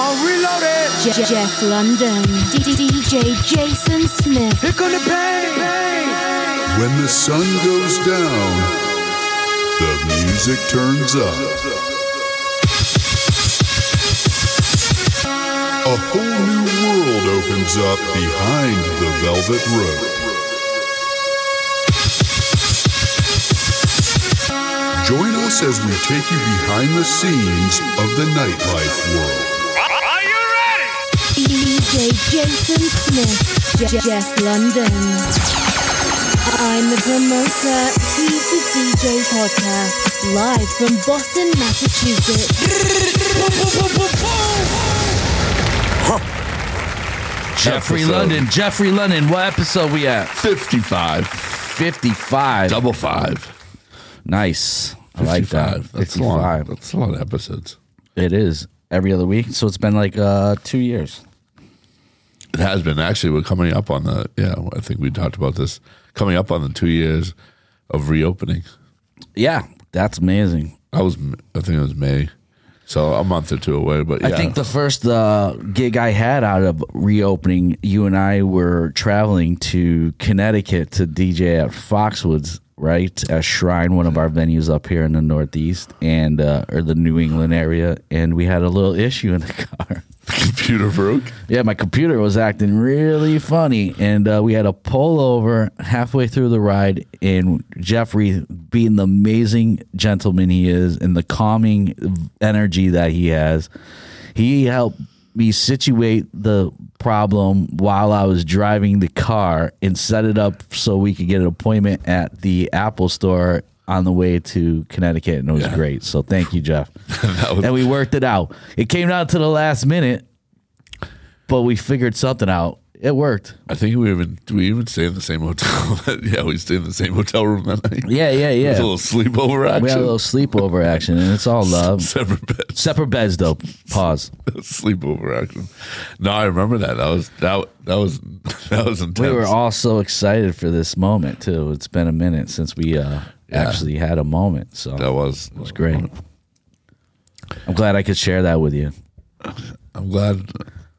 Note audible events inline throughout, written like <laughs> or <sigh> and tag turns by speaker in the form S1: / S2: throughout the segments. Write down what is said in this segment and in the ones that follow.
S1: I'm reloaded.
S2: Je- Jeff London, DJ Jason Smith,
S1: Here come the pain.
S3: When the sun goes down, the music turns up. A whole new world opens up behind the velvet rope. Join us as we take you behind the scenes of the nightlife world.
S4: Are you ready?
S2: DJ Jason Smith, Je- Jeff London. I'm the promoter, he's the DJ podcast, live from Boston, Massachusetts.
S5: Jeffrey
S6: Episode.
S5: London. Jeffrey London. What episode we at?
S6: 55.
S5: 55.
S6: Double five.
S5: Nice. I like that.
S6: 55. That's long.
S5: 55.
S6: That's a lot of episodes.
S5: It is every other week. So it's been like uh, two years.
S6: It has been. Actually, we're coming up on the, yeah, I think we talked about this, coming up on the two years of reopening.
S5: Yeah. That's amazing.
S6: I was, I think it was May. So a month or two away, but yeah.
S5: I think the first uh, gig I had out of reopening, you and I were traveling to Connecticut to DJ at Foxwoods, right? At Shrine, one of our venues up here in the Northeast and uh, or the New England area. And we had a little issue in the <laughs> car.
S6: <laughs> computer broke.
S5: Yeah, my computer was acting really funny, and uh, we had a pull over halfway through the ride. And Jeffrey, being the amazing gentleman he is, and the calming energy that he has, he helped me situate the problem while I was driving the car and set it up so we could get an appointment at the Apple Store on the way to Connecticut, and it was
S6: Yeah.
S5: great. So thank you, Jeff.
S6: That was,
S5: and <laughs> we worked it out. It came down to the last minute, but we figured something out. It worked.
S6: I think we even do we even stay in the same hotel. <laughs> yeah, we stayed in the same hotel room that night.
S5: Yeah, yeah,
S6: It was
S5: yeah.
S6: a little sleepover action.
S5: we had a little um, sleepover action, and it's all love.
S6: <laughs> separate beds.
S5: Separate beds, though. Pause.
S6: sleepover action. No, I remember that. That was that that was <laughs> that was intense.
S5: We were all so excited for this moment too. It's been a minute since we uh, actually had a moment, so
S6: that was
S5: it was great. I'm glad I could share that with you.
S6: I'm glad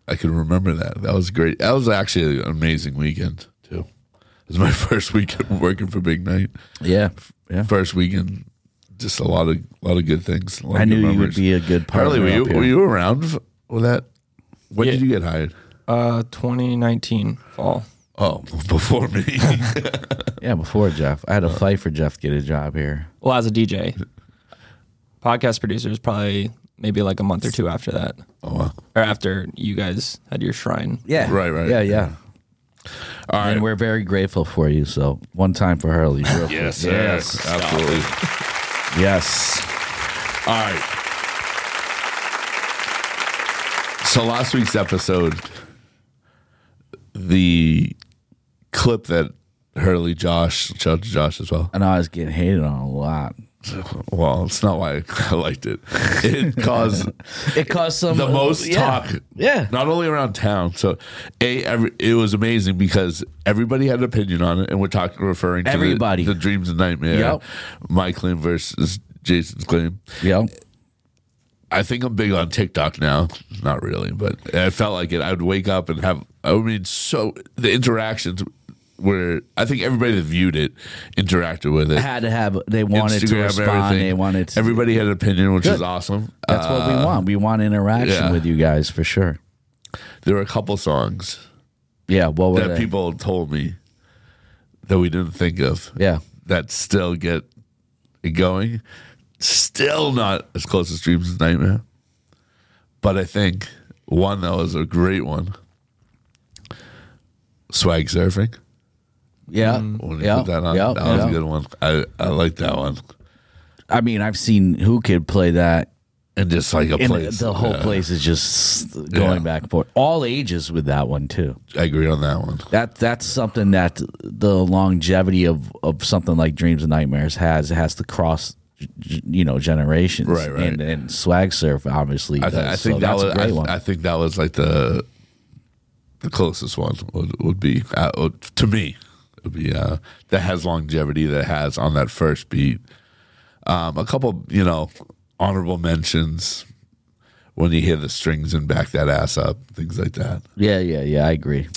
S6: I can remember that. That was great. That was actually an amazing weekend too. It was my <laughs> first weekend working for Big Night.
S5: Yeah, yeah.
S6: First weekend, just a lot of lot of good things. a lot
S5: I
S6: of
S5: knew
S6: good
S5: you would
S6: memories.
S5: be a good partner.
S6: Harley, were you
S5: up here.
S6: were you around f- with that? When
S7: Yeah.
S6: did you get hired?
S7: Uh, 2019 fall.
S6: Oh, before me.
S5: yeah, before Jeff, I had to fight for Jeff to get a job here.
S7: Well, as a DJ, podcast producer is probably maybe like a month or two after that,
S6: <laughs> oh, wow.
S7: or after you guys had your shrine.
S5: Yeah.
S6: Right, right.
S5: Yeah, yeah.
S6: All
S5: And
S6: right.
S5: we're very grateful for you. So one time for Hurley. real quick.
S6: Yes, sir.
S5: yes,
S6: absolutely.
S5: yes.
S6: All right. So last week's episode, the clip that Hurley Josh, Judge Josh as well.
S5: And I was getting hated on a lot.
S6: Well, it's not why I liked it. It caused
S5: It caused some
S6: the most
S5: yeah.
S6: talk.
S5: Yeah.
S6: Not only around town. So, a every, it was amazing because everybody had an opinion on it, and we're talking referring to the-
S5: Everybody.
S6: the, dreams and nightmare.
S5: Yep.
S6: My claim versus Jason's claim.
S5: Yep.
S6: I think I'm big on TikTok now. Not really, but I felt like it. I would wake up and have. I mean, so the interactions were. I think everybody that viewed it interacted with it.
S5: Had to have. They wanted to
S6: Instagram,
S5: respond. They wanted. To,
S6: Everybody had an opinion, which
S5: Good.
S6: is awesome.
S5: that's
S6: Uh,
S5: what we want. We want interaction
S6: yeah.
S5: with you guys for sure.
S6: there were a couple songs
S5: Yeah. What were
S6: that
S5: they?
S6: people told me that we didn't think of
S5: Yeah.
S6: that still get it going. Still not as close as Dreams and Nightmare. But I think one that was a great one. Swag surfing.
S5: Yeah.
S6: When you
S5: yeah.
S6: Mm. put that on,
S5: yeah,
S6: that was
S5: yeah.
S6: a good one. I, I like that one.
S5: I mean, I've seen who could play that,
S6: And just like a
S5: and
S6: place.
S5: the whole
S6: yeah,
S5: place is just going
S6: Yeah.
S5: back and forth. All ages with that one too.
S6: I agree on that one.
S5: That that's something that the longevity of, of something like Dreams and Nightmares has It has to cross, g- you know, generations.
S6: Right, right.
S5: And, and Swag Surf obviously.
S6: I, th-
S5: does,
S6: I think
S5: so
S6: that
S5: that's
S6: was.
S5: a great
S6: I, th-
S5: one.
S6: I think that was like the the closest one would, would be uh, would- to me. Would be uh, that has longevity that it has on that first beat. Um, a couple, you know, honorable mentions when you hear the strings and back that ass up, things like that.
S5: Yeah, yeah, yeah. I agree.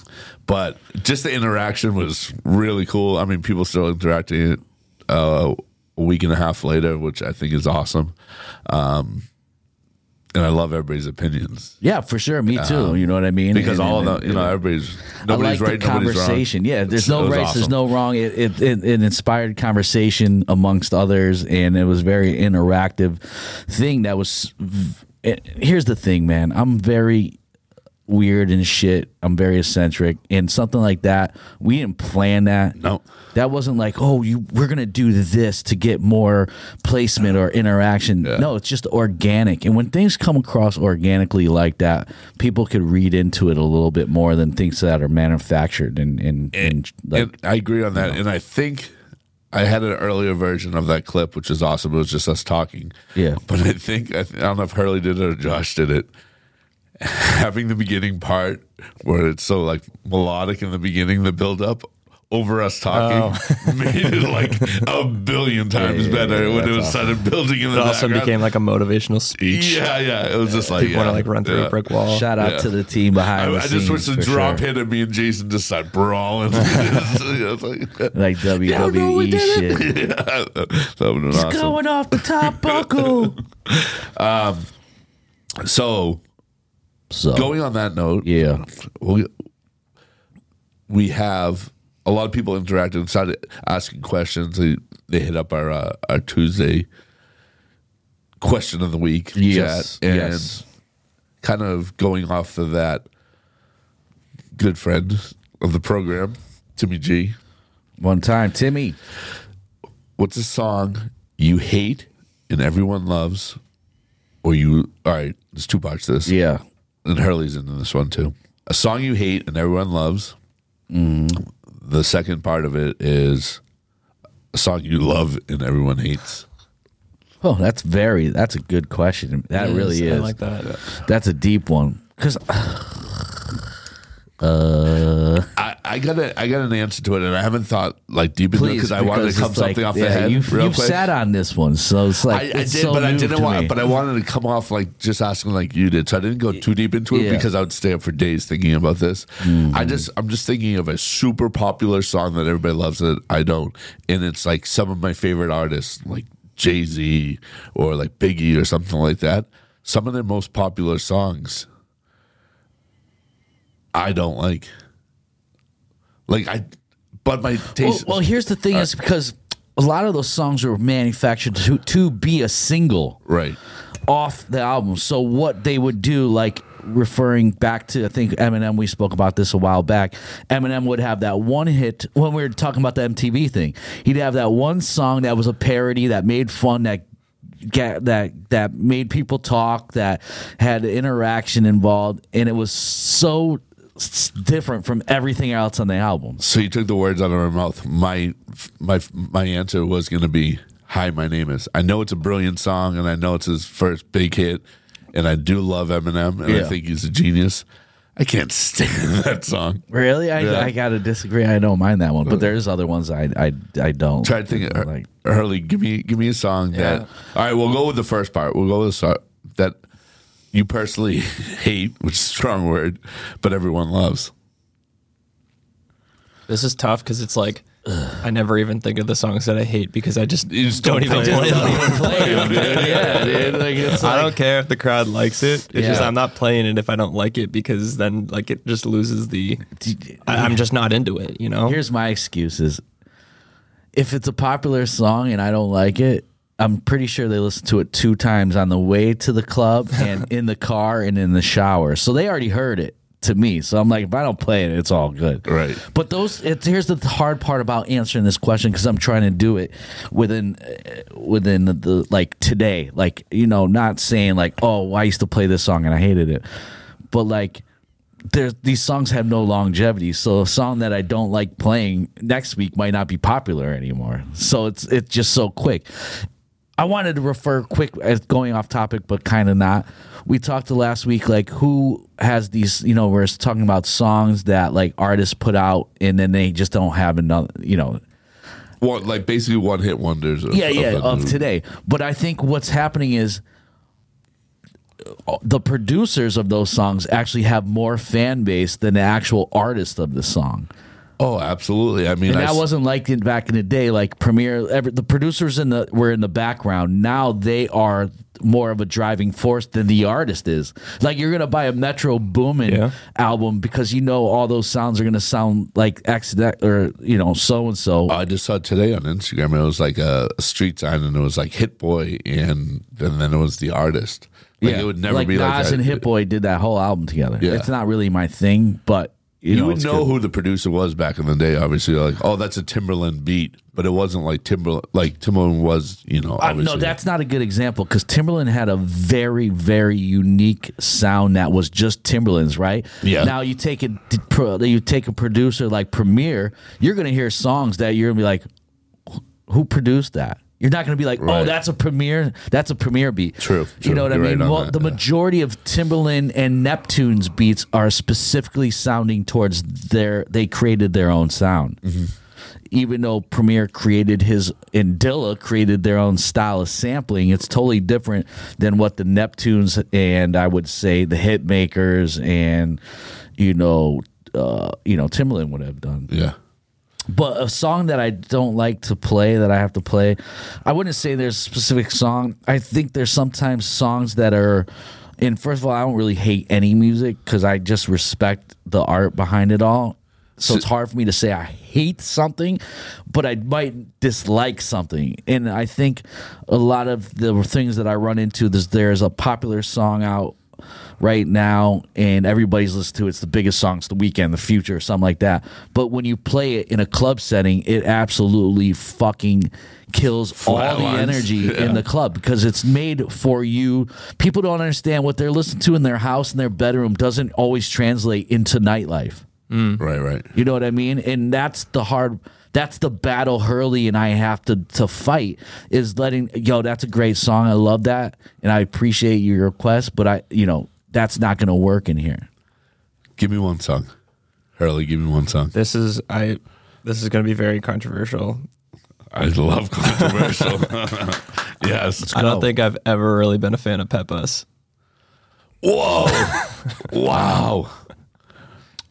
S6: But just the interaction was really cool. I mean, people still interacting uh, a week and a half later, which I think is awesome. Um, and I love everybody's opinions
S5: Yeah, for sure. Me too. you know what I mean?
S6: Uh-huh. because
S5: And-
S6: all
S5: and-
S6: of the you know everybody's
S5: I
S6: nobody's
S5: like
S6: right,
S5: the
S6: nobody's wrong.
S5: conversation. Yeah, there's no
S6: It was
S5: right, there's
S6: awesome.
S5: no wrong. It, it it it inspired conversation amongst others, and it was very interactive thing. That was. v- eh, Here's the thing, man. I'm very weird and shit. I'm very eccentric, and something like that. We didn't plan that.
S6: No.
S5: That wasn't like, oh, you we're gonna do this to get more placement or interaction. No, it's just organic. And when things come across organically like that, people could read into it a little bit more than things that are manufactured and and, and, like
S6: and I agree on that. And I think I had an earlier version of that clip, which is awesome. It was just us talking.
S5: Yeah.
S6: But I think I, th- I don't know if Hurley did it or Josh did it. <laughs> Having the beginning part where it's so like melodic in the beginning, the build up over us talking
S5: Oh.
S6: <laughs> made it like a billion times better when it was started building in the
S7: It also
S6: background.
S7: became like a motivational speech.
S6: yeah, yeah. It was just like
S7: People want to
S6: yeah,
S7: like run through
S6: yeah.
S7: a brick wall.
S5: shout out
S6: yeah.
S5: to the team behind.
S6: I,
S5: the
S6: I just wish the
S5: scenes, for
S6: drop
S5: sure.
S6: hit and me and Jason just started brawling. <laughs> Yeah,
S5: <laughs>
S6: it's like-
S5: like
S6: <laughs>
S5: WWE E shit.
S6: yeah, that would have been awesome.
S5: Going off the top
S6: <laughs>
S5: buckle.
S6: So
S5: So
S6: going on that note,
S5: yeah,
S6: we, we have a lot of people interacted and started asking questions. They, they hit up our uh, our Tuesday question of the week
S5: Yes,
S6: chat and
S5: yes.
S6: kind of going off of that good friend of the program, Timmy G.
S5: one time, Timmy.
S6: What's a song you hate and everyone loves? Or you all right, there's two parts to this.
S5: Yeah,
S6: and Hurley's in this one too. A song you hate and everyone loves. The second part of it is a song you love and everyone hates.
S5: Oh, that's very. That's a good question. That really
S7: I
S5: is.
S7: like that.
S5: That's a deep one. Because
S6: I, I got a, I got an answer to it, and I haven't thought like deep into it
S5: please,
S6: because I wanted
S5: because
S6: to come
S5: it's like-
S6: something off
S5: yeah,
S6: the head.
S5: You've,
S6: real
S5: you've
S6: quick.
S5: sat on this one, so it's like
S6: I, I did,
S5: it's so
S6: but I
S5: new
S6: didn't
S5: to
S6: want.
S5: me.
S6: But I wanted to come off like just asking like you did, so I didn't go too deep into it
S5: Yeah. Hmm.
S6: because I would stay up for days thinking about this. I just, I'm just thinking of a super popular song that everybody loves that I don't, and it's like some of my favorite artists, like Jay Z or like Biggie or something like that. Some of their most popular songs, I don't like. Like I, but my
S5: well,
S6: taste.
S5: well, here's the thing: is because a lot of those songs were manufactured to to be a single.
S6: right.
S5: off the album. So what they would do, like referring back to I think Eminem, we spoke about this a while back. Eminem would have that one hit when we were talking about the MTV thing. He'd have that one song that was a parody that made fun that. Get, that that made people talk that had interaction involved and it was so s- different from everything else on the album
S6: So you took the words out of my mouth. My my my answer was going to be, "Hi, my name is." I know it's a brilliant song, and I know it's his first big hit, and I do love Eminem, and
S5: Yeah.
S6: I think he's a genius. I can't <laughs> stand that song.
S5: really I,
S6: Yeah.
S5: I gotta disagree I don't mind that one but there's other ones I I, I don't
S6: Try to think, of, Hur- Hurley. Give me give me a song that. All right, we'll go with the first part. We'll go with the song that you personally <laughs> hate, which is a strong word, but everyone loves.
S7: This is tough because it's like I never even think of the songs that I hate because I just,
S6: You just
S7: don't,
S6: don't
S7: even
S6: play
S7: play
S6: it.
S5: <laughs>
S7: them.
S5: yeah dude like it's
S7: I don't care if the crowd likes it. It's just
S5: Yeah.
S7: I'm not playing it if I don't like it because then like it just loses the. I, I'm just not into it. You know.
S5: here's my excuses. If it's a popular song and I don't like it, I'm pretty sure they listen to it two times on the way to the club and in the car and in the shower. So they already heard it to me. So I'm like, if I don't play it, it's all good.
S6: Right.
S5: But those, it's, here's the hard part about answering this question because I'm trying to do it within, uh, within the, the like today, like you know, not saying like, oh, I used to play this song and I hated it, but like there's these songs have no longevity. So a song that I don't like playing next week might not be popular anymore. So it's it's just so quick. I wanted to refer quick as going off topic, but kind of not. We talked to last week, like who has these, you know, we're talking about songs that like artists put out and then they just don't have another, you know,
S6: One, like basically one hit wonders. Of,
S5: yeah, yeah,
S6: the-
S5: of today. But I think what's happening is uh, the producers of those songs actually have more fan base than the actual artist of the song.
S6: Oh, absolutely. I mean,
S5: And
S6: I
S5: that
S6: s-
S5: wasn't like in, back in the day, like Premiere. Every, the producers in the were in the background. Now they are more of a driving force than the artist is. Like you're gonna buy a Metro Boomin
S7: Yeah.
S5: album because you know all those sounds are gonna sound like accident or you know so and so.
S6: I just saw today on Instagram. It was like a street sign, and it was like Hit Boy, and and then it was the artist. Like it would never
S5: like
S6: be
S5: Nas
S6: like that.
S5: and Hit Boy did that whole album together.
S6: Yeah.
S5: It's not really my thing, but you,
S6: You,
S5: know,
S6: would
S5: it's
S6: know
S5: good.
S6: who the producer was back in the day. Obviously, like oh, that's a Timberland beat, but it wasn't like Timber like Timberland was. You know,
S5: Uh,
S6: obviously.
S5: no, that's not a good example because Timberland had a very, very unique sound that was just Timberland's, right?
S6: Yeah.
S5: Now you take a d- pro- you take a producer like Premier, you're gonna hear songs that you're gonna be like, "Wh- who produced that? You're not gonna be like, oh,
S6: Right.
S5: that's a Premier, that's a Premier beat.
S6: True,
S5: You
S6: true.
S5: know what
S6: You're
S5: I mean?
S6: right on
S5: well,
S6: that,
S5: the
S6: yeah.
S5: majority of Timberland and Neptune's beats are specifically sounding towards their they created their own sound even though Premier created his and Dilla created their own style of sampling, it's totally different than what the Neptunes and I would say the Hitmakers and you know uh, you know Timbaland would have done.
S6: yeah.
S5: But a song that I don't like to play that I have to play, I wouldn't say there's a specific song. I think there's sometimes songs that are, and first of all, I don't really hate any music because I just respect the art behind it all. So it's hard for me to say I hate something, but I might dislike something. And I think a lot of the things that I run into, there's, there's a popular song out right now and everybody's listening to it. it's the biggest song it's the weekend the future something like that but when you play it in a club setting it absolutely fucking kills all the
S6: Flatlines.
S5: energy in the club because it's made for you people don't understand what they're listening to in their house in their bedroom doesn't always translate into nightlife
S6: Right. Right.
S5: you know what I mean? And that's the hard that's the battle Hurley and I have to to fight is letting yo, that's a great song. I love that and I appreciate your request, but I you know, that's not gonna work in here.
S6: Give me one song, Hurley. Give me one song.
S7: This is I. This is going to be very controversial.
S6: I love <laughs> controversial. yes.
S7: I
S5: go.
S7: don't think I've ever really been a fan of Peppa's.
S5: <laughs>
S6: Whoa. wow.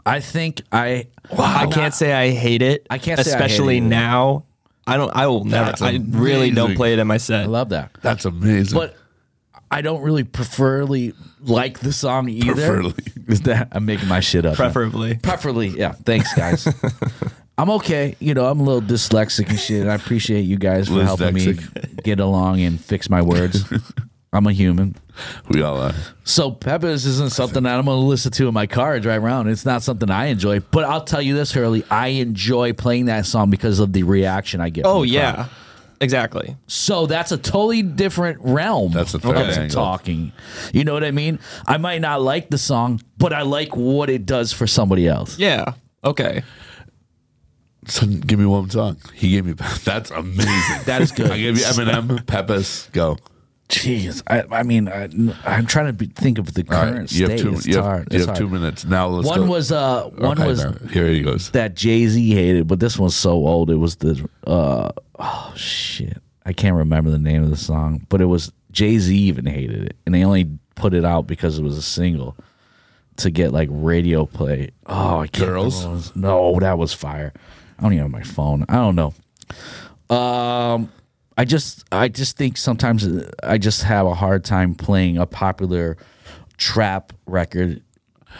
S5: I think I
S7: I can't say I hate it.
S5: I can't say I hate it
S7: especially
S5: either.
S7: now. I don't. I will never.
S6: That's
S7: I really don't
S6: amazing.
S7: play it in my set.
S5: I love that.
S6: That's amazing.
S5: But I don't really preferably like the song either.
S6: Preferably.
S5: Is <laughs> that I'm making my shit up. now.
S7: preferably.
S5: Preferably, yeah. Thanks,
S6: <laughs>
S5: guys. I'm okay. You know, I'm a little dyslexic and shit. And I appreciate you guys for helping me get along and fix my
S6: <laughs>
S5: words. I'm a human.
S6: we all are.
S5: So Peppers isn't something that I'm going to listen to in my car and drive around. It's not something I enjoy. But I'll tell you this, Hurley, I enjoy playing that song because of the reaction I get. from
S7: Oh
S5: the
S7: yeah,
S5: crowd.
S7: exactly.
S5: So that's a totally different realm.
S6: That's a
S5: of
S6: third angle.
S5: talking. You know what I mean? I might not like the song, but I like what it does for somebody else.
S7: Yeah. Okay.
S6: So give me one song. He gave me. <laughs> That's amazing.
S5: That is good.
S6: <laughs> I gave you Eminem, Peppers. Go.
S5: Jeez, I, I mean, I, I'm trying to be, think of the
S6: All
S5: current
S6: right.
S5: state.
S6: You have two.
S5: it's
S6: you have,
S5: hard.
S6: you
S5: It's
S6: have two
S5: hard.
S6: minutes now. Let's
S5: One
S6: go.
S5: was uh, one
S6: Okay,
S5: was
S6: now, here he goes.
S5: that Jay Z hated, but this one's so old. It was the uh, oh shit, I can't remember the name of the song, but it was Jay Z even hated it, and they only put it out because it was a single to get like radio play. Oh, I can't.
S6: Girls?
S5: remember what it was. No, that was fire. I don't even have my phone. I don't know. Um, I just I just think sometimes uh, I just have a hard time playing a popular trap record.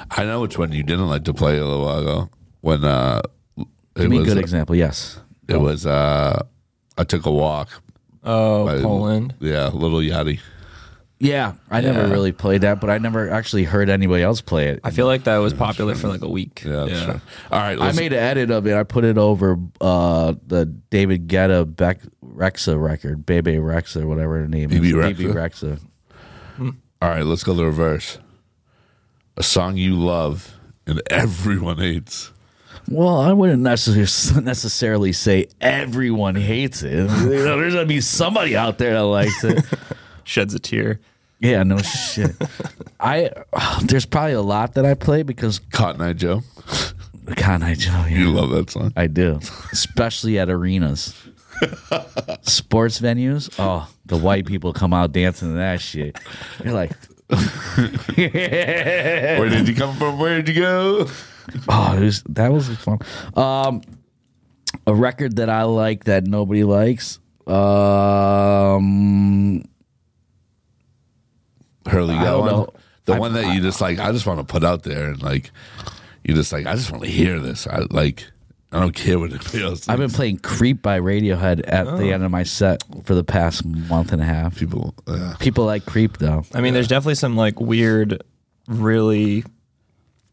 S6: I know which one you didn't like to play a little while ago. When uh, it
S5: Give me a
S6: was
S5: good example. Yes.
S6: it was uh, I took a walk.
S7: Oh,
S6: by-
S7: Poland.
S6: Yeah, Little Yachty.
S5: Yeah, I never
S7: Yeah.
S5: really played that, but I never actually heard anybody else play it.
S7: I feel like that was popular for like a week.
S6: Yeah, that's true. All right,
S5: I
S6: let's,
S5: made an edit of it. I put it over uh, the David Guetta Beck Rexa record, Bebe Rexa, whatever her name
S6: BB
S5: is.
S6: Rexa?
S5: BB Rexa.
S6: all right. Let's go the reverse. A song you love and <laughs> everyone hates.
S5: Well, I wouldn't necessar- necessarily say everyone hates it. You know, there's gonna be somebody out there that likes it.
S7: Sheds a tear.
S5: yeah, no shit. I there's probably a lot that I play because
S6: Cotton Eye Joe.
S5: God, I Joe. yeah.
S6: You love that song.
S5: I do, especially at arenas, sports venues. Oh, the white people come out dancing to that shit. You're like, <laughs>
S6: Where did you come from? Where'd you go?
S5: Oh, it was, that was fun. Um, a record that I like that nobody likes. Um,
S6: Hurley, you got
S5: don't
S6: one?
S5: know.
S6: The
S5: I-
S6: one that you just like, I just want to put out there and like, you just like, I just want to hear this. I like, I don't care what it feels.
S5: I've been playing "Creep" by Radiohead at
S7: Oh.
S5: the end of my set for the past month and a half.
S6: people. Uh,
S5: People like "Creep" though.
S7: I mean, there's definitely some like weird, really,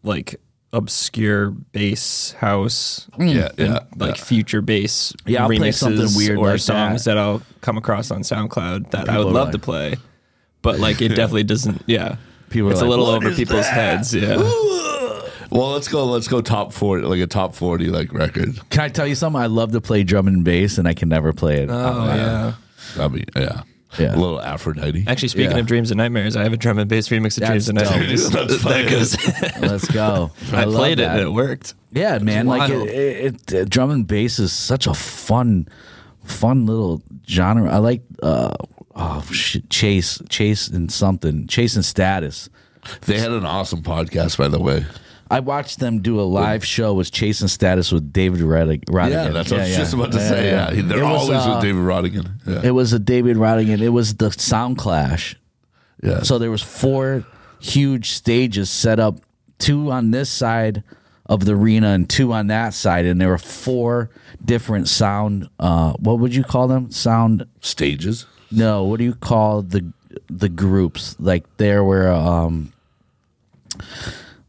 S7: like obscure bass house,
S5: Mm,
S6: yeah, yeah,
S7: like future bass
S5: Yeah, I'll
S7: remixes
S5: play something weird
S7: or
S5: like
S7: songs
S5: that.
S7: that. I'll come across on SoundCloud that I
S5: People
S7: would
S5: are
S7: love
S5: like-
S7: to play, but
S5: <laughs>
S7: like it definitely doesn't. Yeah,
S5: People are
S7: it's
S5: like,
S7: a little
S5: "What
S7: over
S5: is
S7: people's heads. Yeah,
S6: Well, let's go. Let's go top forty, like a top forty, like record.
S5: Can I tell you something? I love to play drum and bass, and I can never play it.
S7: oh yeah.
S6: I mean, yeah,
S5: Yeah.
S6: a little Aphrodite.
S7: Actually, speaking
S5: Yeah.
S7: of dreams and nightmares, I have a drum and bass remix of
S5: That's
S7: dreams and
S5: dope. <laughs>
S7: nightmares.
S6: That's fire.
S7: <laughs> that goes.
S5: Let's <laughs> go.
S7: I,
S5: love
S7: played it
S5: that.
S7: and it worked.
S5: Yeah, man. Like
S7: wild.
S5: it, it, it, drum and bass is such a fun, fun little genre. I like uh, oh shit, Chase, Chase and something, Chase and Status.
S6: They had an awesome podcast, by the way.
S5: I watched them do a live show with Chase and Status with David Roddick. Roddigan.
S6: Yeah, that's what I was just about to
S5: Yeah,
S6: say. Yeah,
S5: It
S6: they're
S5: was,
S6: always
S5: uh,
S6: with David Rodigan. Yeah.
S5: It was a David Roddigan. It was the Sound Clash.
S6: Yeah.
S5: So there was four huge stages set up, two on this side of the arena and two on that side, and there were four different sound. Uh, what would you call them? Sound?
S6: Stages.
S5: No. What do you call the the groups? Like there were. Um,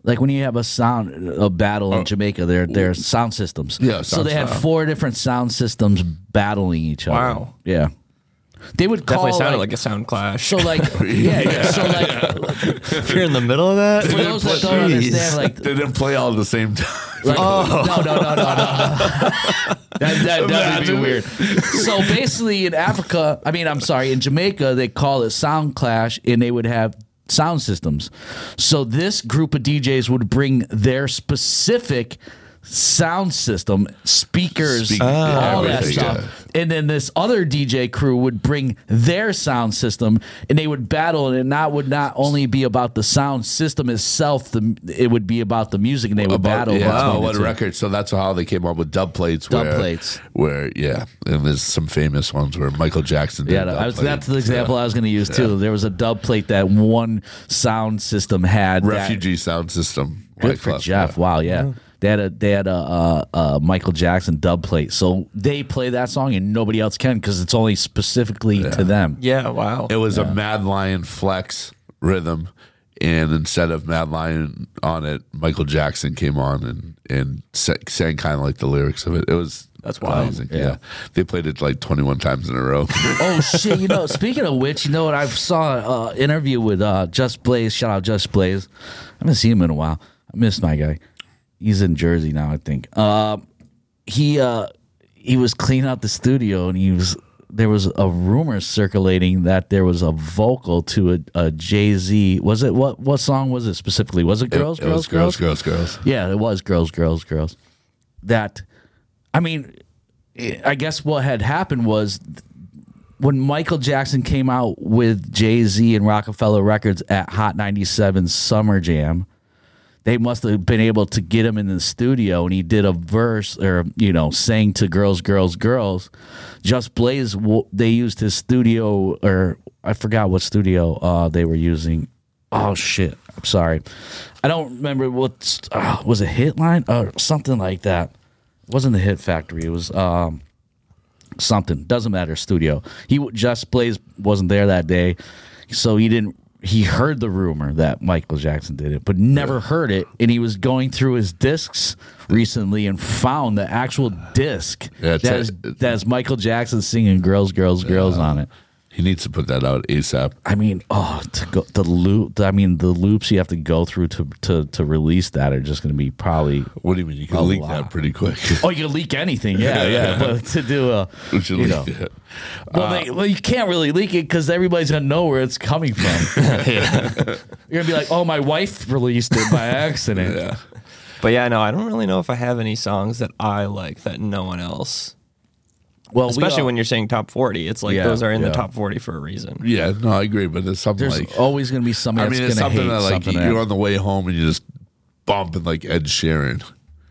S5: like when you have a sound a battle in Jamaica, there there are sound systems.
S6: Yeah,
S5: so they had
S6: sound-
S5: four different sound systems battling each other.
S7: Wow.
S5: Yeah. They would call
S7: Definitely sounded
S5: like
S7: like a sound clash.
S5: so like yeah, yeah. so like
S7: if you're in the middle of <laughs> that,
S5: for those that don't understand, like,
S6: <laughs> They didn't play all at the same time.
S5: like no, no, no, no, no, no. <laughs> that that that would be
S6: Imagine.
S5: weird. So basically, in Africa, I mean, I'm sorry, in Jamaica, they call it sound clash, and they would have sound systems. So this group of DJs would bring their specific sound system, speakers,
S6: Speaker,
S5: all that
S6: everything,
S5: stuff. And then this other DJ crew would bring their sound system, and they would battle, and it not would not only be about the sound system itself. The, it would be about the music, and they would battle.
S6: yeah,
S5: between
S6: about
S5: the
S6: what
S5: two.
S6: record? So that's how they came up with dub plates.
S5: Dub
S6: where,
S5: plates.
S6: where yeah, and there's some famous ones where Michael Jackson. Did
S5: Yeah,
S6: dub
S5: I was,
S6: plate.
S5: that's the example I was going to use too. There was a dub plate that one sound system had. that-
S6: Refugee sound system.
S5: good
S6: White
S5: for
S6: Club,
S5: Jeff. Wow, yeah. They had a they had a, uh uh Michael Jackson dub plate, so they play that song and nobody else can because it's only specifically to them.
S7: yeah, wow.
S6: It was a Mad Lion flex rhythm, and instead of Mad Lion on it, Michael Jackson came on and and sa- sang kind of like the lyrics of it. It was
S7: That's wild.
S6: Yeah. they played it like 21 times in a row.
S5: Oh shit! You know, speaking of which, you know what? I saw an uh, interview with uh, Just Blaze. Shout out Just Blaze. I haven't seen him in a while. I miss my guy. He's in Jersey now, I think. Uh, he uh, he was cleaning out the studio, and he was there was a rumor circulating that there was a vocal to a, a Jay Z. Was it what? What song was it specifically? Was it Girls,
S6: <laughs> it
S5: Girls,
S6: was girls, girls, girls.
S5: yeah, it was girls, girls, girls. That, I mean, I guess what had happened was when Michael Jackson came out with Jay Z and Rockefeller Records at Hot 97 Summer Jam, they must have been able to get him in the studio and he did a verse or, you know, sang to Girls, Girls, Girls. Just Blaze, w- they used his studio or I forgot what studio uh, they were using. Oh, shit. I'm sorry. I don't remember what uh, was it Hitline or something like that. It wasn't the Hit Factory. It was. Um, something doesn't matter studio he w- just plays wasn't there that day so he didn't he heard the rumor that michael jackson did it but never heard it and he was going through his discs recently and found the actual disc
S6: Yeah, it's
S5: that,
S6: a-
S5: is, that is michael jackson singing girls girls girls on it
S6: He needs to put that out ASAP.
S5: i mean oh to go the loop i mean the loops you have to go through to to, to release that are just going to be probably
S6: What do you mean? You can
S5: A
S6: leak
S5: lot.
S6: that pretty quick.
S5: <laughs> oh you can leak anything yeah yeah but to do a
S6: We should
S5: you
S6: leak
S5: know
S6: that.
S5: Well, they, well, you can't really leak it because everybody's gonna know where it's coming
S6: <laughs>
S5: from. <laughs> You're gonna be like, "Oh, my wife released it by accident."
S7: But yeah, no, I don't really know if I have any songs that I like that no one else
S5: Well, we
S7: Especially
S5: all-
S7: when you're saying top 40, it's like
S5: Yeah,
S7: those are in
S5: yeah.
S7: the top 40 for a reason.
S6: Yeah, no, I agree, but it's something
S5: there's
S6: like
S5: always going to be somebody
S6: I
S5: that's
S6: mean, it's
S5: going to
S6: something
S5: hate
S6: that like
S5: something.
S6: you're
S5: that-
S6: on the way home and you just bump and like Ed Sheeran.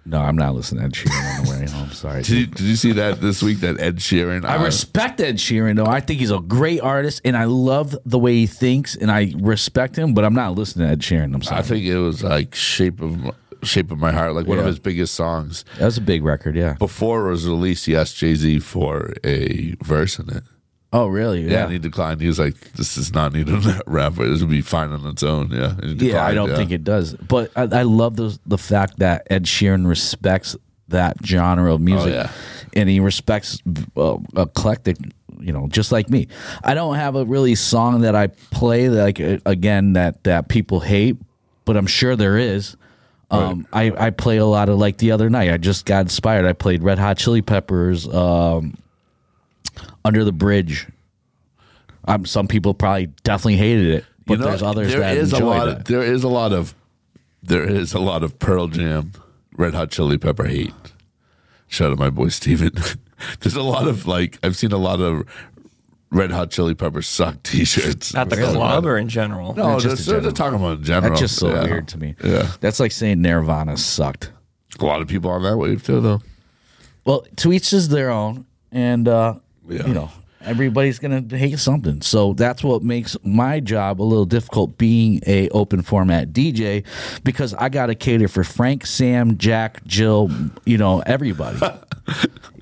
S5: no, I'm not listening to Ed Sheeran on the way home. Sorry.
S6: Did you, did you see that this week? That Ed Sheeran.
S5: I
S6: uh,
S5: respect Ed Sheeran though. I think he's a great artist, and I love the way he thinks, and I respect him. But I'm not listening to Ed Sheeran. I'm sorry.
S6: I think it was like shape of M- shape of my heart, like one of
S5: Yeah.
S6: his biggest songs.
S5: that was a big record. Yeah.
S6: Before it was released, he asked Jay Z for a verse in it.
S5: Oh, really?
S6: Yeah, and he declined. He was like, "This is not needed in that rapper. This would be fine on its own." Yeah, and he
S5: Yeah, I
S6: declined,
S5: don't
S6: yeah.
S5: think it does. But I, I love the the fact that Ed Sheeran respects that genre of music,
S6: Oh, yeah.
S5: and he respects uh, eclectic. You know, just like me, I don't have a really song that I play like uh, again that that people hate, but I'm sure there is. Um, I I play a lot of like the other night. I just got inspired. I played Red Hot Chili Peppers, um, Under the Bridge. Um, some people probably definitely hated it, but
S6: You know,
S5: there's others
S6: there
S5: that
S6: is a
S5: enjoyed
S6: lot.
S5: it.
S6: Of, there is a lot of there is a lot of Pearl Jam, Red Hot Chili Pepper hate. Shout out my boy Steven. <laughs> There's a lot of like I've seen a lot of Red Hot Chili Pepper suck T-shirts
S7: At the club or in general?
S6: No,
S5: That's
S6: they're,
S5: just in
S6: they're just talking about in general.
S5: That's just so
S6: Yeah.
S5: weird to me.
S6: Yeah.
S5: That's like saying Nirvana sucked.
S6: A lot of people on that wave too, though.
S5: Well, to each is their own, and uh,
S6: Yeah.
S5: you know everybody's gonna hate something. So that's what makes my job a little difficult being a open format DJ because I gotta cater for Frank, Sam, Jack, Jill, you know
S6: <laughs>
S5: everybody.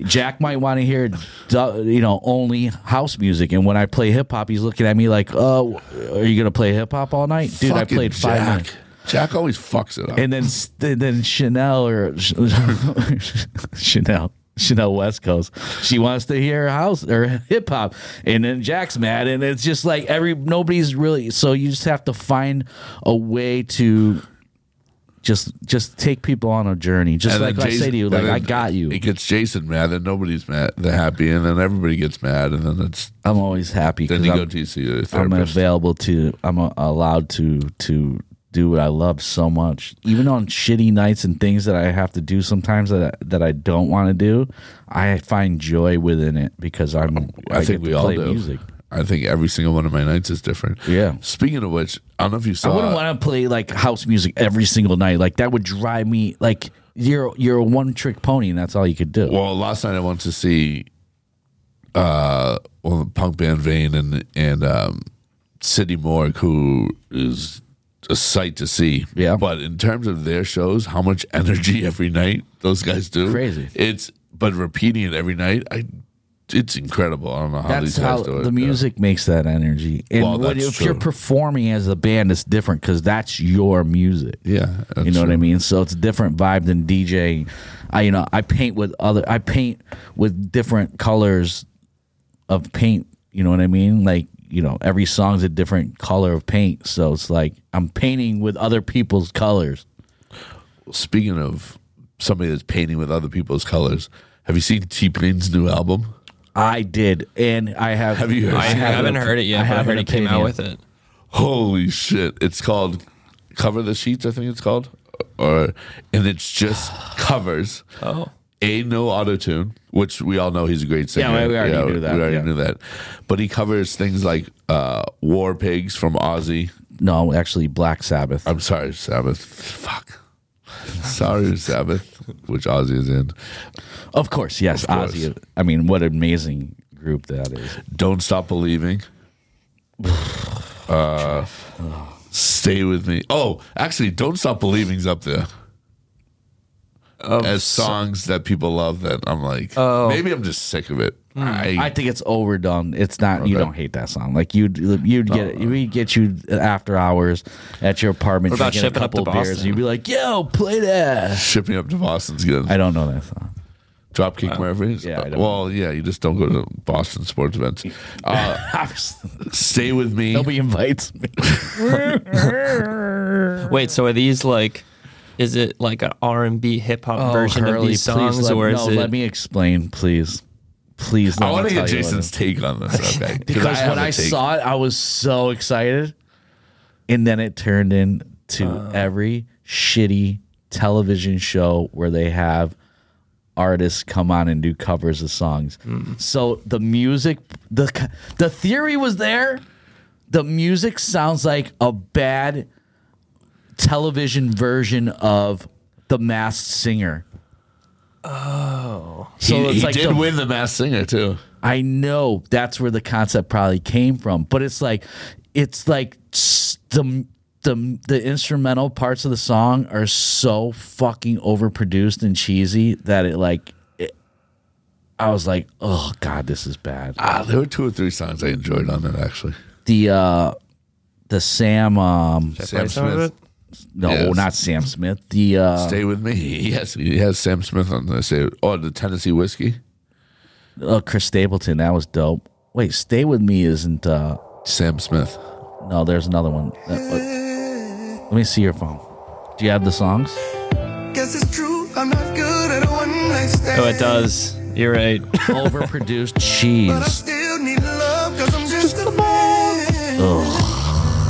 S5: Jack might want to hear, du- you know, only house music, and when I play hip hop, he's looking at me like, "Oh, are you gonna play hip hop all night, dude?" I
S6: Fucking
S5: played five
S6: Jack.
S5: minutes.
S6: Jack always fucks it up.
S5: and then and then Chanel or <laughs> Chanel Chanel West Coast. She wants to hear house or hip hop, and then Jack's mad, and it's just like every nobody's really. So you just have to find a way to just just take people on a journey. Just
S6: And
S5: like
S6: then
S5: I say
S6: Jason-
S5: to you,
S6: and
S5: like
S6: then
S5: I got
S6: It
S5: you.
S6: gets Jason mad, and nobody's mad. They're happy, and then everybody gets mad, and then it's
S5: I'm always happy
S6: then
S5: because
S6: you go
S5: I'm,
S6: to see your
S5: I'm
S6: therapist.
S5: available to. I'm uh, allowed to to. Do what I love so much, even on shitty nights and things that I have to do sometimes that that I don't want to do. I find joy within it because I'm.
S6: I,
S5: get
S6: think
S5: to
S6: we all
S5: play
S6: do. I think every single one of my nights is different.
S5: Yeah.
S6: Speaking of which, I don't know if you
S5: I
S6: saw.
S5: wouldn't want to play like house music every single night. Like that would drive me. Like you're you're a one trick pony, and that's all you could do.
S6: Well, last night I went to see uh well the punk band Vane and and um Sidney Mork, who is a sight to see.
S5: Yeah.
S6: But in terms of their shows, how much <laughs> energy every night those guys do.
S5: Crazy.
S6: It's but repeating it every night, I it's incredible. I don't know how
S5: that's
S6: these
S5: how
S6: guys do it.
S5: the
S6: Yeah.
S5: music makes that energy. And
S6: Well,
S5: when-
S6: that's
S5: if you're
S6: true.
S5: performing as a band, it's different because that's your music.
S6: Yeah. that's
S5: you know what I
S6: true.
S5: mean? So it's a different vibe than DJing. I you know I paint with other I paint with different colors of paint. You know what I mean? Like you know every song's a different color of paint. So it's like I'm painting with other people's colors.
S6: Speaking of somebody that's painting with other people's colors, have you seen T Pain's new album?
S5: I did, and I have.
S6: Have you heard
S5: I
S6: it?
S5: have
S7: I haven't
S5: an-
S7: heard it yet, but I
S5: have
S7: heard
S5: an
S7: it came out
S5: opinion.
S7: with it.
S6: Holy shit! It's called "Cover the Sheets." I think it's called, or and
S5: <sighs>
S6: it's just covers.
S7: Oh.
S6: A no auto tune, which we all know he's a great singer.
S5: Yeah, we- we already knew that,
S6: We already
S5: yeah.
S6: knew that. But he covers things like uh, "War Pigs" from Ozzy.
S5: No, actually, Black Sabbath.
S6: I'm sorry, Sabbath. Fuck. Sorry, Sabbath, which Ozzy is in.
S5: Of course, yes,
S6: Of course.
S5: Ozzy. I mean, what an amazing group that is.
S6: Don't stop believing. Uh, stay with me. Oh, actually, don't stop believing's up there. As songs that people love, that I'm like,
S5: Oh.
S6: maybe I'm just sick of it.
S5: I
S6: I,
S5: think it's overdone. It's not. You
S6: Okay.
S5: don't hate that song. Like you'd you'd get we'd get you after hours at your apartment.
S7: What about
S5: drinking a
S7: shipping up to
S5: couple beers,
S7: Boston?
S5: You'd be like, "Yo, play that."
S6: shipping up to Boston's good.
S5: I don't know that <laughs> song.
S6: Dropkick Murphys.
S5: yeah, I don't-
S6: well, yeah, you just don't go to Boston sports events. Uh, stay with me.
S5: Nobody invites me.
S7: Wait, so are these like, is it like an R&B hip hop version of these Oh, songs
S5: Oh, please let,
S7: or is
S5: no,
S7: it? <laughs>
S5: let me explain, please. Please.
S6: I
S5: let me
S6: want to
S5: tell
S6: get
S5: you what it
S6: Jason's
S5: is.
S6: take on this.
S5: <laughs>
S6: Okay,
S5: because
S6: have
S5: when
S6: a
S5: I
S6: take.
S5: saw it, I was so excited, and then it turned
S6: Uh.
S5: into every shitty television show where they have artists come on and do covers of songs.
S6: Mm.
S5: So the music, the c- the theory was there. The music sounds like a bad television version of The Masked Singer. Oh, so
S6: he
S5: it's
S6: he
S5: like
S6: did
S5: the-
S6: win the Masked Singer too.
S5: I know that's where the concept probably came from, but it's like it's like s- the the the instrumental parts of the song are so fucking overproduced and cheesy that it like it, I was like, "Oh god, this is bad."
S6: Ah, there were two or three songs I enjoyed on that actually.
S5: The uh the Sam um
S6: Sam
S7: some of
S6: Smith,
S7: it?
S5: no,
S6: Yes.
S5: not Sam Smith. The uh
S6: "Stay
S5: <laughs>
S6: with Me." He has he has Sam Smith on the say. Oh, the Tennessee Whiskey.
S5: uh, Chris Stapleton, that was dope. Wait, Stay With Me isn't uh
S6: Sam Smith.
S5: no, there's another one. Uh, uh, let me see your phone. Do you have the songs?
S1: Guess it's true, I'm not good at a one night stand.
S7: Oh, it does. You're right.
S5: overproduced
S1: But I
S5: cheese.
S1: still need love, cause I'm just a man.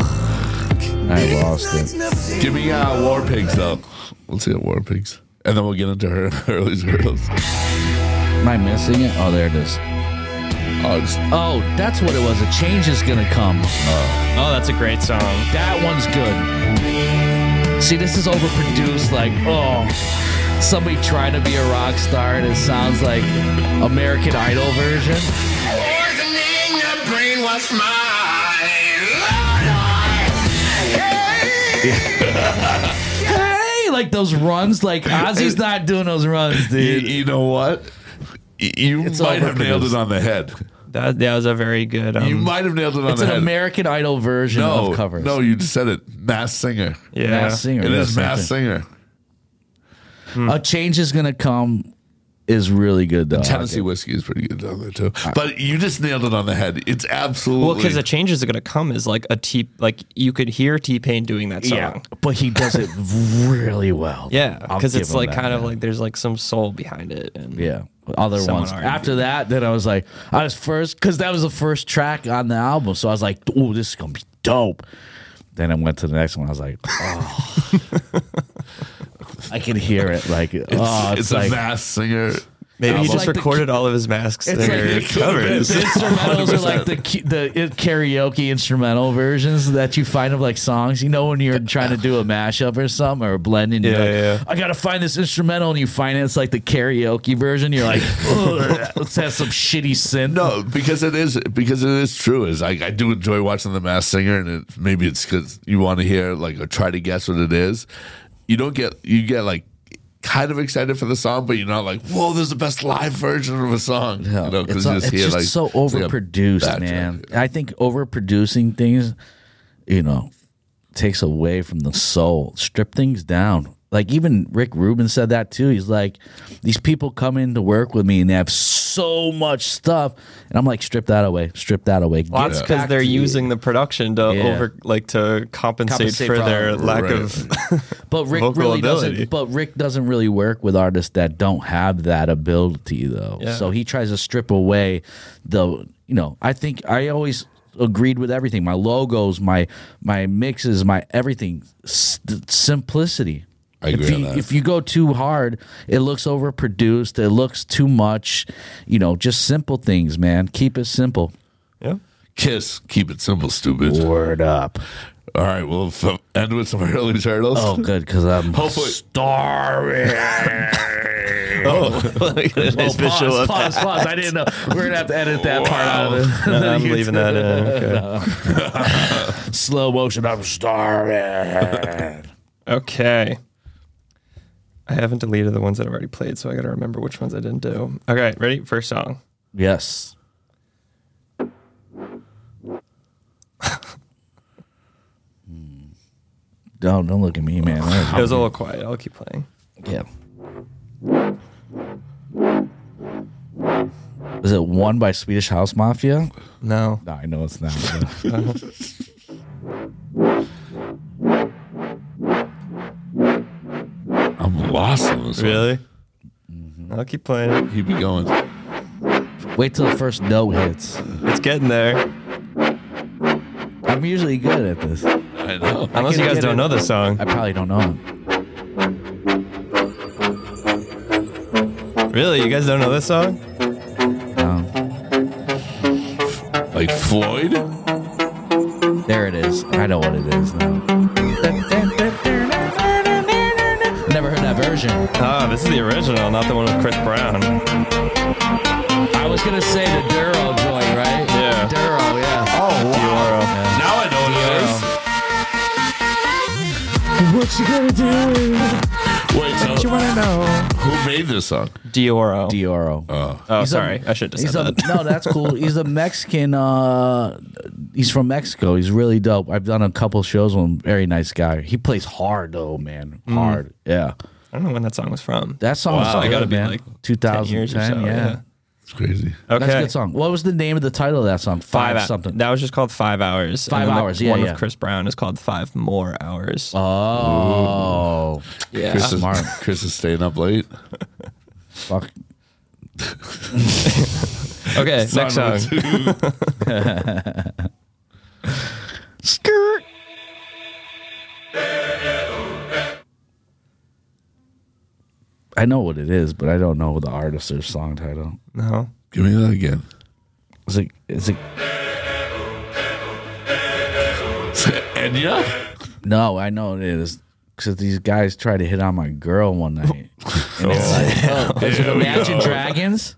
S5: I lost
S1: Nights
S5: it.
S1: never seem
S6: Give me uh, War Pigs though. Let's see War Pigs, and then we'll get into her <laughs> Hurley's Hurdles.
S5: Am I missing it? Oh, there it is.
S6: Oh, it's-
S5: Oh, that's what it was. A change is gonna come.
S7: oh, that's a great song.
S5: That one's good. See, this is overproduced. Like, oh, somebody trying to be a rock star, and it sounds like American Idol version.
S1: poisoning your brain, what's mine? Lord, I- hey.
S5: Hey, like those runs. Like Ozzy's not doing those runs,
S6: you,
S5: dude.
S6: you know what? Y- You
S5: It's
S6: might have
S5: overproduced.
S6: nailed it on the head.
S7: That that was a very good. Um,
S6: You might have nailed it on
S5: It's
S6: the
S5: an
S6: head.
S5: American Idol version
S6: no,
S5: of covers.
S6: no, you just said it. Mass Singer.
S7: yeah.
S5: Masked singer.
S6: It is
S5: that's
S6: Mass
S5: something.
S6: Singer.
S5: A change is gonna come is really good though.
S6: Tennessee whiskey is pretty good down there too. But you just nailed it on the head. It's absolutely
S7: Well, because the changes are gonna come is like a T, like you could hear T Pain doing that song.
S5: Yeah, but he does
S7: <laughs>
S5: it really well.
S7: Yeah,
S5: I'll
S7: because
S5: give
S7: it's
S5: him
S7: like
S5: that,
S7: kind of
S5: man.
S7: like there's like some soul behind it. And
S5: yeah. Other
S7: Someone
S5: ones
S7: R&B.
S5: after that, then I was like, I was first because that was the first track on the album, so I was like, oh, this is gonna be dope. Then I went to the next one. I was like, oh,
S7: <laughs>
S5: I can hear it. Like, oh,
S6: it's,
S5: it's,
S6: it's a
S5: like
S6: Mass Singer.
S7: maybe he
S5: It's
S7: just
S5: like the
S7: recorded all of his masks
S5: It's
S7: there. <laughs>
S5: like the-
S6: covers.
S5: the instrumentals are like the ki- the it- karaoke instrumental versions that you find of like songs. You know when you're trying to do a mashup or something or a blend, and you're
S7: Yeah,
S5: like,
S7: yeah.
S5: I gotta find this instrumental, and you find it's like the karaoke version. You're like, "Ugh, let's have some shitty synth.
S6: No, because it is because it is true. Is I, I do enjoy watching the Mass Singer, and it, maybe it's because you want to hear like or try to guess what it is. You don't get you get like kind of excited for the song, but you're not like, whoa, this is the best live version of a song.
S5: No,
S6: you know, 'cause
S5: it's,
S6: you
S5: all- it's just so
S6: it's like a
S5: overproduced,
S6: bad
S5: man.
S6: track.
S5: I think overproducing things, you know, takes away from the soul. Strip things down. Like even Rick Rubin said that too. He's like, these people come in to work with me and they have so much stuff, and I'm like, strip that away, strip that away.
S7: Well,
S5: Get
S7: that's because
S5: back
S7: they're
S5: to-
S7: using the production to
S5: Yeah.
S7: over like to compensate,
S5: Compensate
S7: for
S5: for
S7: their
S5: all-
S7: lack
S6: Right.
S7: of. <laughs>
S5: But Rick
S7: vocal
S5: really
S7: ability.
S5: doesn't. But Rick doesn't really work with artists that don't have that ability, though.
S7: Yeah.
S5: So he tries to strip away the. You know, I think I always agreed with everything. My logos, my my mixes, my everything. S- simplicity.
S6: I agree
S5: If you,
S6: on that.
S5: if you go too hard, it looks overproduced. It looks too much. You know, just simple things, man. Keep it simple.
S7: yeah.
S6: Kiss, keep it simple, stupid.
S5: Word up.
S6: All right, we'll f- end with some <laughs> early turtles.
S5: Oh, good, because I'm <laughs>
S6: Hopefully-
S5: starving.
S7: Nice
S5: Oh, pause,
S7: visual
S5: pause,
S7: effect. <laughs>
S5: pause, I didn't know. We're gonna have to edit that part out of the,
S7: No, I'm leaving that in. <laughs> Okay.
S5: slow motion. I'm starving. <laughs>
S7: okay. I haven't deleted the ones that I've already played, so I got to remember which ones I didn't do. Okay, ready? First song.
S5: yes. Hmm. Don't don't look at me, man.
S7: It was a little quiet. I'll keep playing.
S5: yeah. Is it one by Swedish House Mafia?
S7: No.
S5: No, I know it's not.
S6: I'm lost on this. One.
S7: Really? I'll keep playing.
S6: Keep it going.
S5: Wait till the first note hits.
S7: It's getting there.
S5: I'm usually good at this. I
S6: I know.
S7: Unless you
S5: can
S7: guys
S5: get
S7: don't
S5: it.
S7: know this song.
S5: probably don't know it.
S7: Really? You guys don't know this song?
S6: Like Floyd?
S5: There it is. I know what it is. Now. Never heard that version.
S7: Ah, this is the original, not the one with Chris Brown.
S5: I was gonna say the Duro joint, right?
S7: Yeah.
S5: Duro, yeah.
S7: Oh, wow.
S6: Now I know
S5: What
S6: what it is.
S5: you gonna do?
S6: Wait, so
S7: You wanna know?
S6: who made this song?
S7: Dioro.
S5: Dioro.
S7: oh,
S5: He's a-
S7: sorry. I should have
S5: He's
S7: said
S5: a,
S7: that.
S5: no, that's
S7: <laughs>
S5: cool. He's a Mexican. Uh, he's from Mexico. He's really dope. I've done a couple shows with him. Very nice guy. He plays hard though, man. Hard. Yeah.
S7: I don't know when that song was from.
S5: That song
S7: Hmm. Wow,
S5: was
S7: it
S5: good,
S7: gotta be
S5: man.
S7: like 10
S5: 2010.
S7: years or so,
S5: yeah.
S7: yeah.
S6: It's crazy.
S7: Okay.
S5: That's a good song. What was the name of the title of that song? Five,
S7: Five hou-
S5: something.
S7: That was just called Five Hours. and
S5: Five
S7: then the
S5: Hours, yeah,
S7: One
S5: yeah.
S7: with Chris Brown is called Five More Hours.
S5: oh.
S7: yeah.
S6: Chris is,
S5: Smart.
S6: Chris is staying up late.
S5: Fuck.
S7: Okay,
S6: <laughs>
S7: next song.
S5: Skirt. I know what it is, but I don't know the artist or song title.
S7: No.
S6: Give me that again.
S5: Is it? Is it?
S6: Enya?
S5: No, I know it is because these guys tried to hit on my girl one night. And it's like, oh, is it Imagine Dragons?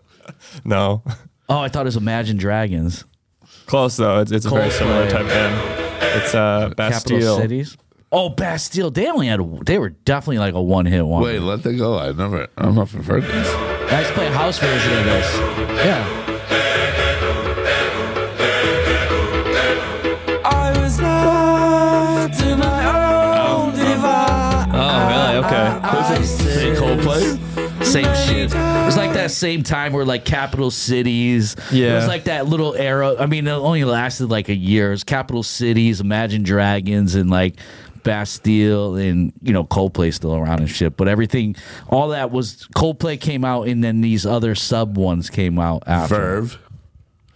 S7: No. <laughs>
S5: Oh, I thought it was Imagine Dragons.
S7: Close though. It's, it's a very
S5: Coldplay.
S7: similar type band. It's uh
S5: Capital
S7: Bastille.
S5: cities. Oh, Bastille. They only had. A, they were definitely like a one-hit one.
S6: Wait, let that go. I never, I don't know if I've heard this.
S5: Let's play a house version of this. Yeah.
S7: Oh really?
S5: Ah,
S7: Okay.
S5: Same Coldplay. Same shit. It was like that same time where like capital cities. It
S7: Yeah.
S5: was like that little era. I mean, it only lasted like a year. It was capital cities, Imagine Dragons, and like Bastille, and you know Coldplay still around and shit. But everything, all that was Coldplay came out, and then these other sub ones came out after.
S6: Verve.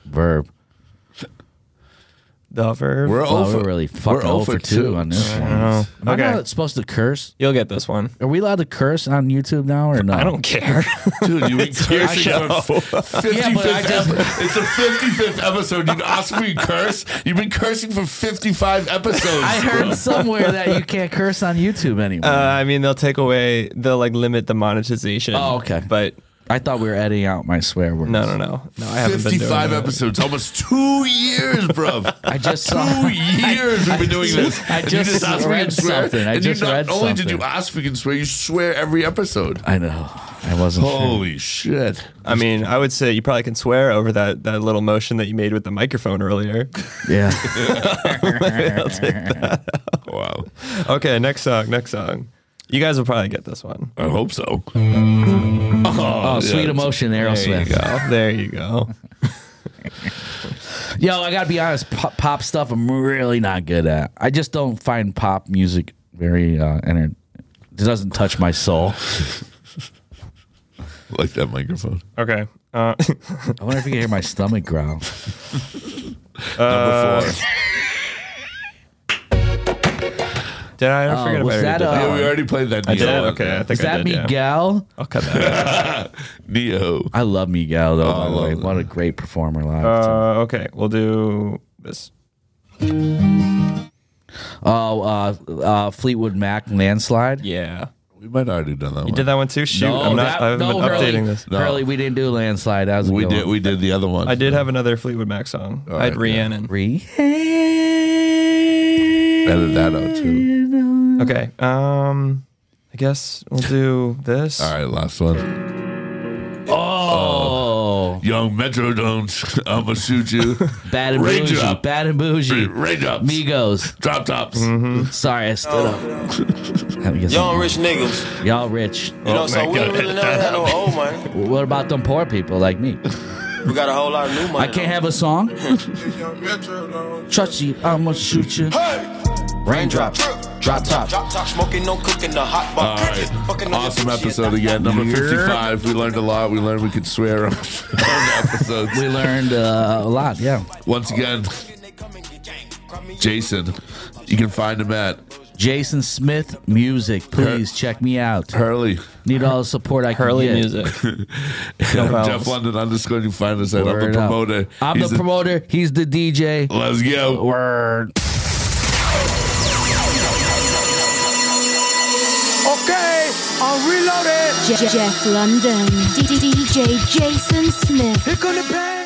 S5: Verb.
S7: The verb.
S6: We're
S5: Wow,
S6: over.
S5: we're really fucking
S6: we're 0
S5: over
S6: for
S5: two
S6: two.
S5: on this one.
S7: Oh,
S5: Am I
S7: okay.
S5: not supposed to curse?
S7: You'll get this one.
S5: Are we allowed to curse on YouTube now or no?
S7: I
S5: <laughs>
S7: don't care.
S6: <laughs> Dude, you been
S7: your
S6: cursing <laughs>
S7: show.
S6: for fifty
S5: Yeah, but I
S6: fifth.
S5: just-
S6: it's the fifty fifth episode. You've asked me to curse. You've been cursing for fifty five episodes.
S5: I
S7: <laughs>
S5: heard somewhere that you can't curse on YouTube anymore.
S7: Uh, I mean, they'll take away, they'll like limit the monetization.
S5: Oh, okay.
S7: But
S5: I thought we were editing out my swear words.
S7: no, no, no, no. I haven't
S6: fifty
S7: been doing
S6: five
S7: that.
S6: episodes. Almost two years, bruv.
S5: I just saw. <laughs>
S6: Two years we've been doing this.
S5: I
S6: And
S5: just
S6: asked if we
S5: read
S6: can swear.
S5: something. I
S6: and you
S5: just
S6: not
S5: read
S6: only did you
S5: something.
S6: ask if we can swear, you swear every episode.
S5: I know. I wasn't. sure.
S6: Holy shit!
S7: I mean, I would say you probably can swear over that that little motion that you made with the microphone <laughs> earlier.
S5: Yeah.
S6: Wow.
S7: okay, next song. Next song. You guys will probably get this one.
S6: I hope so.
S5: Oh, sweet emotion,
S7: There you
S5: Aerosmith.
S7: go. There you go.
S5: Yo, I gotta be honest. Pop, pop stuff, I'm really not good at. I just don't find pop music very uh, enter. It doesn't touch my soul.
S6: Like that microphone.
S7: <laughs> Okay. Uh,
S5: I wonder if you can hear my stomach growl.
S6: Number four.
S7: <laughs> did I, I forget
S5: Oh, was that,
S7: about that?
S5: uh,
S7: that
S6: Yeah,
S7: one.
S6: we already played that.
S7: I did.
S6: Neo one.
S7: Okay, I think
S5: Is
S7: I
S5: that
S7: did. yeah.
S5: Miguel?
S7: I'll cut that.
S6: Neo.
S5: I love Miguel
S7: Oh,
S5: though. by
S6: I
S5: the way.
S6: love
S5: What a great performer live.
S7: out.
S5: too.
S7: uh, okay, we'll do this.
S5: Oh, uh, uh, Fleetwood Mac landslide.
S7: Yeah.
S6: We might already done that.
S7: You did that one too. Shoot, I'm not.
S5: that-
S7: I haven't
S5: no,
S7: been
S5: Hurley.
S7: updating this.
S6: No.
S5: Hurley, we didn't do landslide. That was a
S6: We
S5: good
S6: did.
S5: One.
S6: We did the other one.
S7: I did have another Fleetwood Mac song. I had
S6: right, yeah.
S7: Rhiannon.
S6: Edit that out too.
S7: Okay. Um, I guess we'll do this.
S6: All right, last one.
S5: Oh,
S6: Young Metro Domes. I'ma
S5: <laughs>
S6: shoot you.
S5: bad and
S6: Ranger
S5: bougie.
S6: up.
S5: Bad and bougie.
S6: Raindrops.
S5: Migos.
S6: Drop tops.
S5: Sorry, I stood up. Have a good
S8: Young
S5: one.
S8: rich niggas.
S5: Y'all rich.
S8: You know, so we don't really never had no old money.
S5: What about them poor people like me?
S8: We got a whole lot of new money.
S5: I can't have a song. Trust you, I'ma shoot you. Raindrops.
S8: Drop top. Drop top. Smoking, no cooking, the hot
S6: All
S8: box.
S6: right.
S8: Fucking on
S6: Awesome
S8: some shit.
S6: episode again. Number
S5: Yeah.
S6: 55. We learned a lot. We learned we could swear on, <laughs> on
S5: We
S6: episodes.
S5: learned uh, a lot. Yeah.
S6: Once again, Jason, you can find him at
S5: Jason Smith Music. Please check me out. <laughs>
S6: Hurley.
S5: Need all the support I can
S7: Curly
S5: get.
S7: music.
S6: Jeff London underscore. You find us at. I'm the
S5: Word up.
S6: promoter.
S5: I'm
S6: He's
S5: the promoter. He's the DJ.
S6: Let's go.
S5: Word.
S1: Okay, I'm reloaded.
S2: Je- Jeff London, DJ Jason Smith.
S1: Here come the bang.